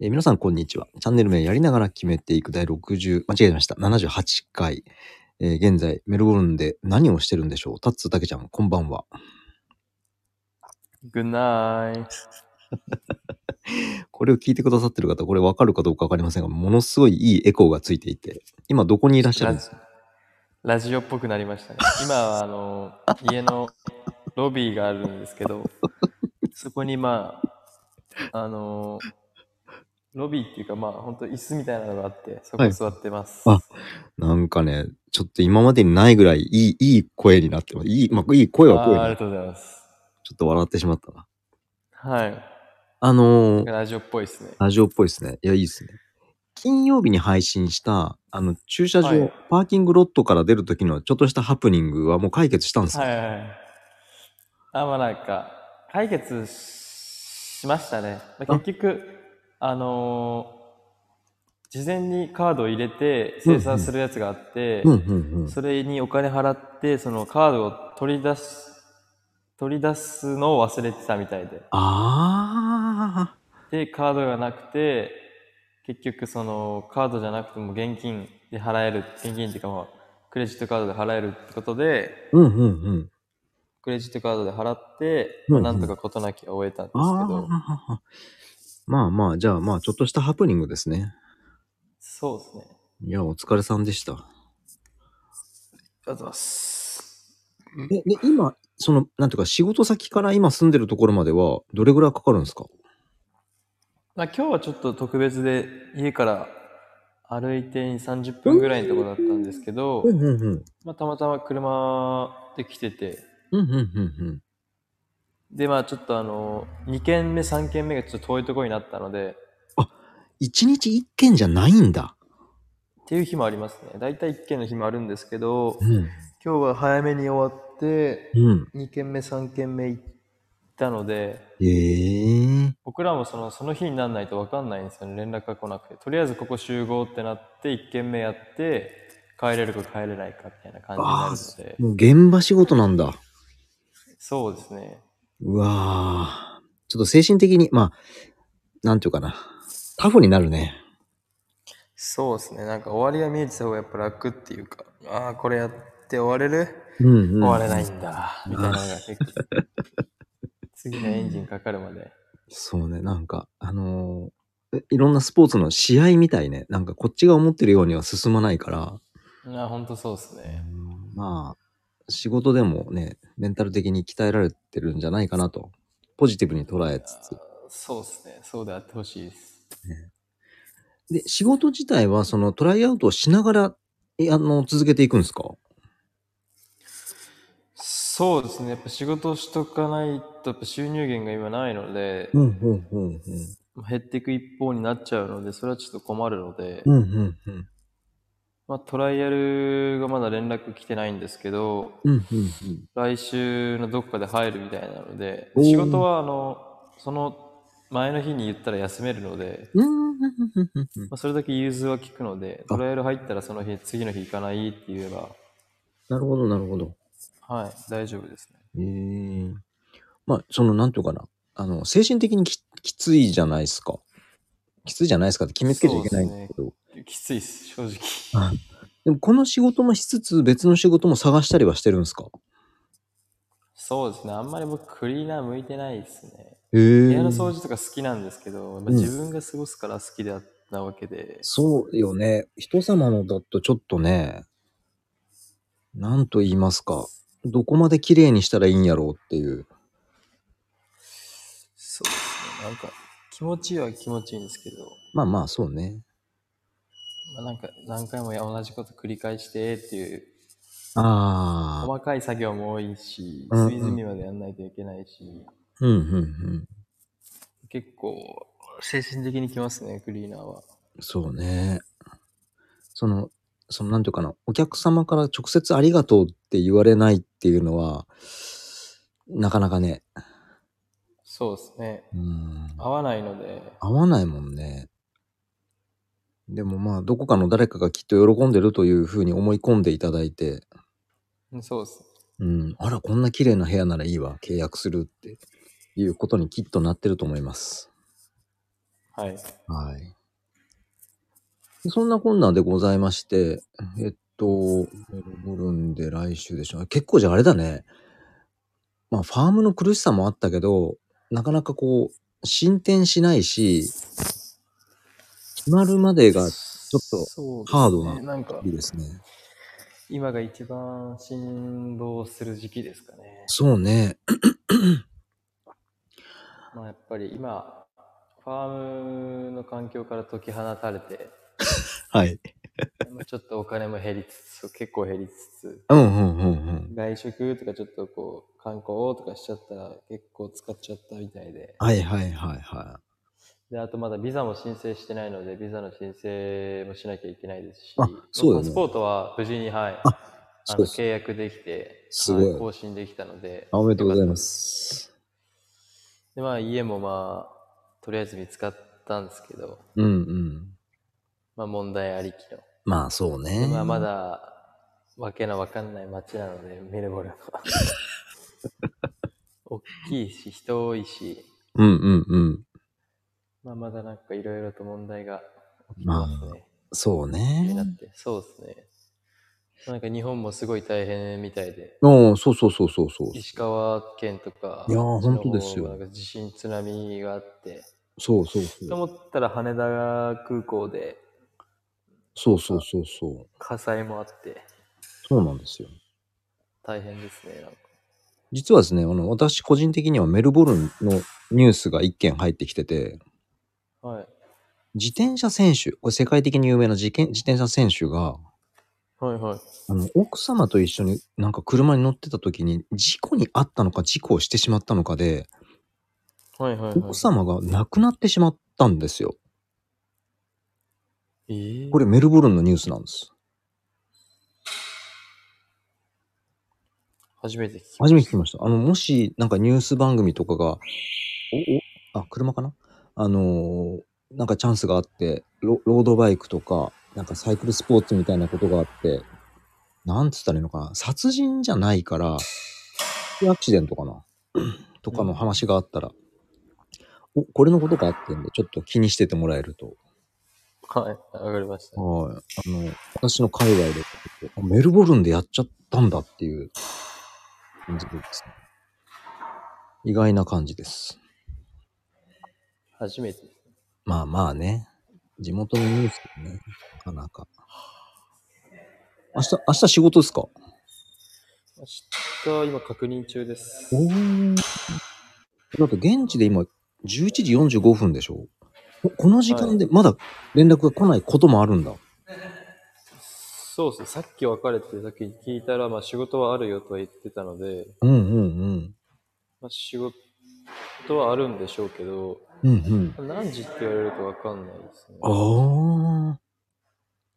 えー皆さん、こんにちは。チャンネル名やりながら決めていく第60、間違えました。78回。えー現在、メルボルンで何をしてるんでしょうタッツーたけちゃん、こんばんは。 Good night. これを聞いてくださってる方、これわかるかどうかわかりませんが、ものすごいいいエコーがついていて、今どこにいらっしゃるラんですジラジオっぽくなりま したね。今はあの家のロビーがあるんですけ ど、そこにまあ、あの、ロビーっていうかまあ本当椅子みたいなのがあって、そこはい座ってます。あなんかね、ちょっと今までにないぐらいいい、いい声になってます。いい、まあ、いい声は声あーありにがとうございます。ちょっと笑ってしまったな。はい。あのー、ラジオっぽいですね。ラジオっぽいですね。いや、いいですね。金曜日に配信した、あの、駐車場、はいパーキングロットから出る時のちょっとしたハプニングはもう解決したんですよ。はいはいはい。あ、まあなんか、解決しましたね。まああ結局、あのー事前にカードを入れて精算するやつがあって、うんうんうん。それにお金払って、そのカードを取り出す、取り出すのを忘れてたみたいで。あで、カードがなくて、結局そのカードじゃなくても現金で払える、現金っていうかまあ、クレジットカードで払えるってことで、ー。うんうんうん。クレジットカードで払って、うんうんまあなんとか事なきを終えたんですけど、ああ。まあまあ、じゃあまあ、ちょっとしたハプニングですね。そうですね。いや、お疲れさんでした。ありがとうございます。で、で今、その、なんていうか、仕事先から今住んでるところまでは、どれぐらいかかるんですかまあ、今日はちょっと特別で家から歩いて30分ぐらいのところだったんですけど、うんうんうん。まあ、たまたま車で来てて、うんうんうんうん。で、まあちょっとあの、2軒目、3軒目がちょっと遠いところになったので、一日一件じゃないんだ。っていう日もありますね。だいたい1軒の日もあるんですけどう、ん。今日は早めに終わって、うん。 2軒目、3軒目行ったので、へえ。僕らもそのその日にならないと分かんないんですよね連絡が来なくてとりあえずここ集合ってなって1軒目やって帰れるか帰れないかみたいな感じになるのでもう現場仕事なんだ。そうですねうわぁ。ちょっと精神的に、まあ、なんていうかな。タフになるね。そうですねなんか終わりが見えてた方がやっぱ楽っていうかああこれやって終われる、うん、うん。終われないんだみたいなのが結構 次のエンジンかかるまでそうね、なんか、あのーえいろんなスポーツの試合みたいね。なんかこっちが思ってるようには進まないから、ああほんとそうですねまあ、仕事でもね、メンタル的に鍛えられてるんじゃないかなと、ポジティブに捉えつつ。そうですねそうであってほしいですで、仕事自体は、そのトライアウトをしながら、えあの、続けていくんですかそうですねやっぱ仕事をしとかないとやっぱ収入源が今ないので、ん、うん、うん、減っていく一方になっちゃうので、それはちょっと困るので、うん。うん、うん、うん。まあ、トライアルがまだ連絡来てないんですけど、うんうんうん。来週のどっかで入るみたいなので、おー仕事はあの、その前の日に言ったら休めるので、うんうんうんうんうんまあ、それだけ融通は効くので、あトライアル入ったらその日、次の日行かないって言えば、なるほど、なるほど。はい、大丈夫ですね。ええまあ、その、なんていうかな。あの、精神的にききついじゃないですか。きついじゃないですかって決めつけちゃいけないんですけど。できついっす、正直。も、この仕事もしつつ、別の仕事も探したりはしてるんですかそうですね、あんまり僕クリーナー向いてないですね。ええ部屋の掃除とか好きなんですけど、やっぱうん自分が過ごすから好きだったわけで、そうよね。人様のだとちょっとね、なんと言いますか。どこまで綺麗にしたらいいんやろうっていう。そうですね。なんか、気持ちいいは気持ちいいんですけど、まあまあ、そうね。まあ、なんか、何回もや同じこと繰り返してっていう、ああ。細かい作業も多いし、うんうん隅々までやんないといけないし、うんうんうん。結構、精神的にきますね、クリーナーは。そうね。その、その、なんていうかな、お客様から直接ありがとうって言われないっていうのは、なかなかね、そうですね。うん、合わないので、合わないもんね。でもまあ、どこかの誰かがきっと喜んでるというふうに思い込んでいただいて、うんそうですね。うん、あら、こんな綺麗な部屋ならいいわ、契約するっていうことにきっとなってると思います。はい。はい。そんな困難でございまして、えっと、メルボルンで来週でしょ。結構じゃああれだね。まあ、ファームの苦しさもあったけど、なかなかこう、進展しないし、決まるまでがちょっととハードななんかいい、ですね。今が一番振動する時期ですかね。そうね。まあ、やっぱり今、ファームの環境から解き放たれて、はい。まあちょっとお金も減りつつ、結構減りつつ、うんうんうんうん。外食とかちょっとこう、観光とかしちゃったら結構使っちゃったみたいで。はいはいはいはで、あとまだビザも申請してないので、ビザの申請もしなきゃいけないですし、あそうだよねパスポートは無事に、はい、あい。あそうのです。契約できて、すごいはい更新できたので、あおめでとうございます。で、まあ家もまあ、とりあえず見つかったんですけど、うんうん。まあ問題ありきの。まあそうでね。まあまだ、わけのわかんない街なので、メル ボルンは。大きいし、人多いし、うんうんうん。まあまだなんかいろいろと問題が起きてますね。そう気になねっ。て。そうですね。なんか日本もすごい大変みたいで、うん、そうそうそうそうそう。石川県とか、いやーこっちの方本当ですよなんか地震、津波があって、そうそうとそう。思ったら羽田空港でそうそうそうそう。火災もあって、そうなんですよ。大変ですね。なんか実はですね、あの、私個人的にはメルボルンのニュースが一件入ってきてて、はい。自転車選手、これ世界的に有名な自転自転車選手が、はいはい。あの、奥様と一緒になんか車に乗ってた時に事故に遭ったのか事故をしてしまったのかで、はいはい、は奥様が亡くなってしまったんですよ。い。ええこれメルボルンのニュースなんです。初めて聞きま初めて聞きました。あの、もし、なんかニュース番組とかが、お、お、あ、車かなあのーなんかチャンスがあってロ、ロードバイクとか、なんかサイクルスポーツみたいなことがあって、なんつったらいいのかな殺人じゃないから、アクシデントかなとかの話があったら、お、これのことがあってんで、ちょっと気にしててもらえると。した。はい。わかりました。はい。あの、私の海外で、あメルボルンでやっちゃったんだっていう感じですね。意外な感じです。初めて。まあまあね。地元のニュースだね。なかなか。明日、明日仕事ですか明日、今確認中です。おーだって現地で今、11時45分でしょここの時間でまだ連絡が来ないこともあるんだ。そうですね。さっき別れてる時に聞いたら、まあ仕事はあるよとは言ってたので、うんうんまあ仕事はあるんでしょうけど、うん。うんうん。何時って言われるとわかんないですね。あ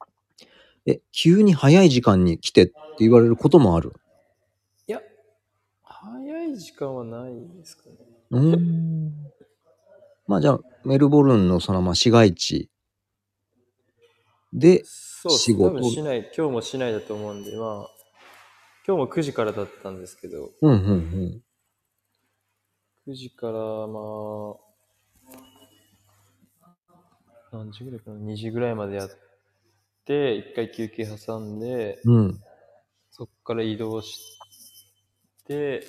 あ。え、急に早い時間に来てって言われることもある。いや、早い時間はないですかね。うーん。まあじゃあ、メルボルンのそのまあ市街地で、そうです仕事多分しない、今日もしないだと思うんで、まあ、今日も9時からだったんですけど、うんうんうん。 9時から、まあ、何時ぐらいかな、2時ぐらいまでやって、一回休憩挟んで、うん。そこから移動して、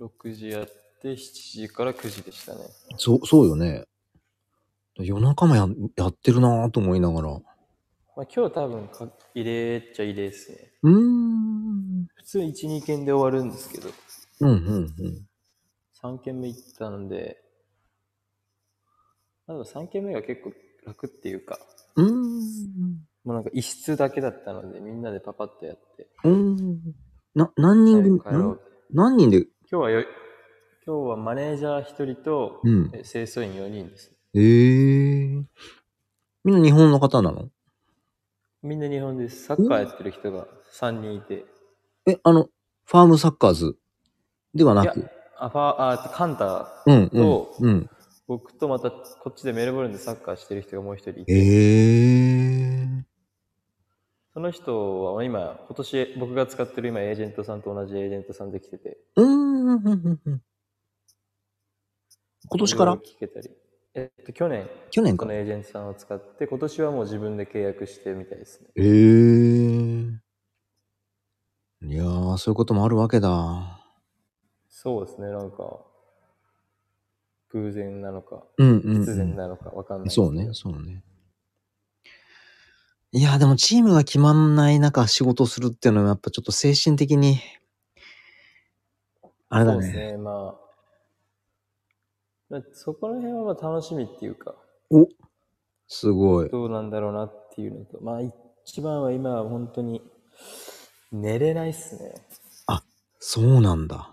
6時やって、7時から9時でしたね。そう、そうよね。夜中もややってるなぁと思いながら。うまあ、今日多分か、入れっちゃ入れですね。ーん。普通1、2件で終わるんですけど、うんうんうん。 3件目行ったので、まあ、3件目が結構楽っていうか、うーん。もうなんか一室だけだったので、みんなでパパッとやって、うーん。な、何人組帰ろなう。何人で、今日はよ、今日はマネージャー1人と、うん。え清掃員4人です。ええみんな日本の方なのみんな日本です。サッカーやってる人が3人いて、え、あの、ファームサッカーズではいなやく。、アファあカンタ、うん、うんと、うん。僕とまたこっちでメルボルンでサッカーしてる人がもう1人いて、ええその人は今、今年僕が使ってる今エージェントさんと同じエージェントさんで来てて、うーん、うん、うん。うん今年からいろいろ聞けたり。えっと、去年、去年こか。のへエージェントさんを使って、今年はもう自分で契約してみたいですね。えー。いやー、そういうこともあるわけだ。そうですね、なんか、偶然なのか、うんうん、必然うなのかわかんないん。ですけどそうね、そうね。いやー、でもチームが決まんない中仕事するっていうのはやっぱちょっと精神的に、あれだそうですね。ね、まあ、まあそこら辺はまあ楽しみっていうか、すごい。どうなんだろうなっていうのと、まあ一番は今は本当に寝れないっすね。そうなんだ。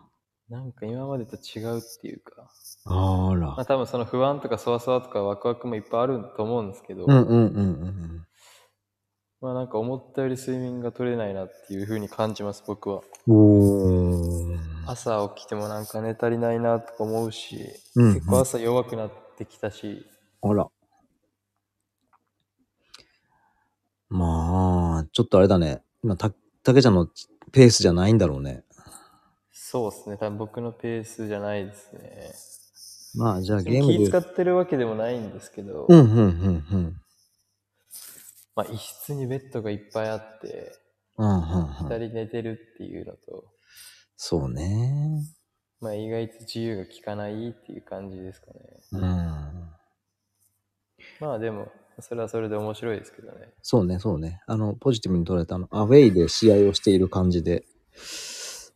なんか今までと違うっていうか、あまあら。多分その不安とかそわそわとかワクワクもいっぱいあると思うんですけど、うんうんうんうんまあなんか思ったより睡眠が取れないなっていう風に感じます、僕は。うん。おー。朝起きてもなんか寝足りないなとか思うし、うんうん結構朝弱くなってきたし、あら。まあ、ちょっとあれだね。今、た、たけちゃんのペースじゃないんだろうね。そうですね、多分僕のペースじゃないですね。まあ、じゃあでゲもーム気で。使ってるわけでもないんですけど、うん、うん、うん、うん。まあ、一室にベッドがいっぱいあって、うん、うん、う二ん。人寝てるっていうのと、そうね。まあ、意外と自由が利かないっていう感じですかね。うん。まあでも、それはそれで面白いですけどね。そうね、そうね。あの、ポジティブに捉えた、あの、アウェイで試合をしている感じで。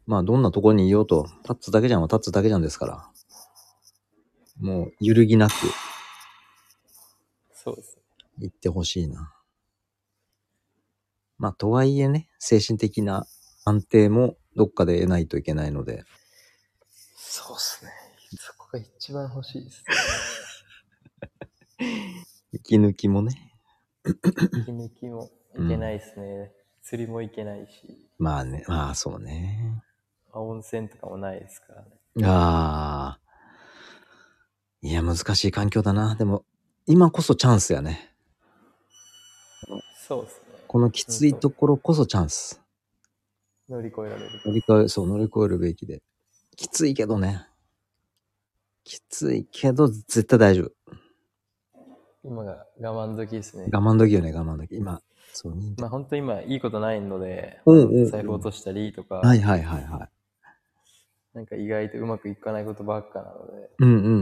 まあ、どんなところにいようと、立つだけじゃんは立つだけじゃんですから。もう、揺るぎなくそうですね。行ってほしいな。まあ、とはいえね、精神的な安定もどっかで得ないといけないので。そうですね。そこが一番欲しいです、 息抜きもね。ね。息抜きもいけないですね。釣りもいけないし、まあね、まあそうね。まあ温泉とかもないですからね。ああ。いや、難しい環境だな。でも、今こそチャンスやね。そうですね。このきついところこそチャンス。乗り越えられる。乗り越え、そう、乗り越えるべきで。きついけどね。きついけど、絶対大丈夫。今が我慢時ですね。我慢時よね、我慢時。今、そう、認定まあ本当に今いいことないので、うんうんうん財布落としたりとか、はいはいはいはい。なんか意外とうまくいかないことばっかなので、うんうんうんう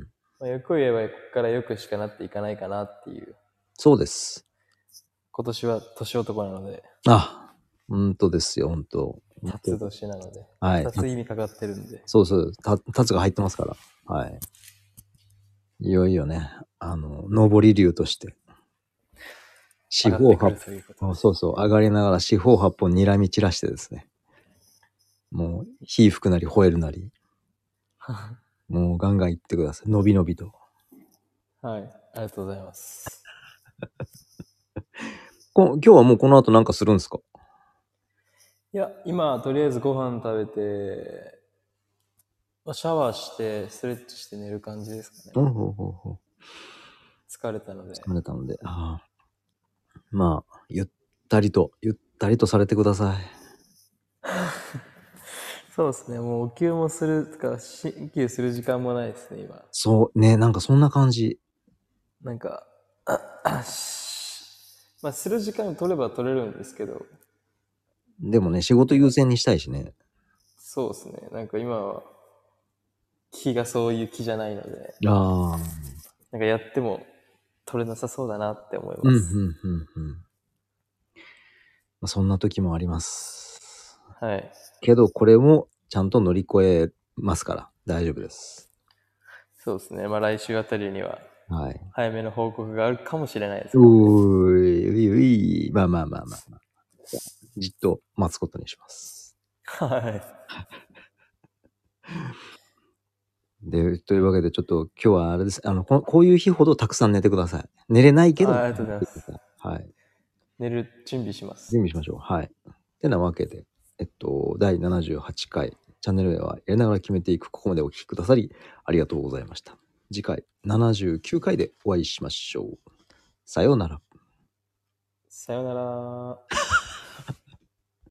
ん。まあ、よく言えばここからよくしかなっていかないかなっていう、そうです。今年は年男なので、あ、本当ですよ、本当。立つ年なので、はい。立つ意味かかってるんで、そうそう、た、たつが入ってますから。はい。いよいよね、あの、上り竜として。四方上がってく八るということ方、でそうそう、上がりながら四方八方睨み散らしてですね。もう、火吹くなり吠えるなり、もうガンガン行ってください。伸び伸びと。 はい、ありがとうございます。こ今日はもうこの後なんかするんですかいや、今、とりあえずご飯食べて、まあ、シャワーして、ストレッチして寝る感じですかうん、ね。ほうほうほう。疲れたので。疲れたので、ああまあ、ゆったりと、ゆったりとされてください。そうですね、もうお給もする、とか、進給する時間もないですね、今。そう、ね、なんかそんな感じ。なんか、あしまあ、する時間取れば取れるんですけど、でもね、仕事優先にしたいしね。そうですね、なんか今は、気がそういう気じゃないので、ああ。なんかやっても取れなさそうだなって思いうん、うまん、す。うん、うん。まあそんな時もあります。はい。けど、これもちゃんと乗り越えますから、大丈夫です。そうですね、まあ来週あたりには、はい。早めの報告があるかもしれないですけど、うーいういうい、まあまあまあまあ、まあ。じっと待つことにします。はい。で、というわけで、ちょっと今日はあれです。あの、ここういう日ほどたくさん寝てください。寝れないけど、あありがとうございます寝てくださいはい。寝る準備します。準備しましょう。はい。てなわけで、えっと、第78回、チャンネル名はやりながら決めていく、ここまでお聞きくださり、ありがとうございました。次回、79回でお会いしましょう。さようなら。さよなら。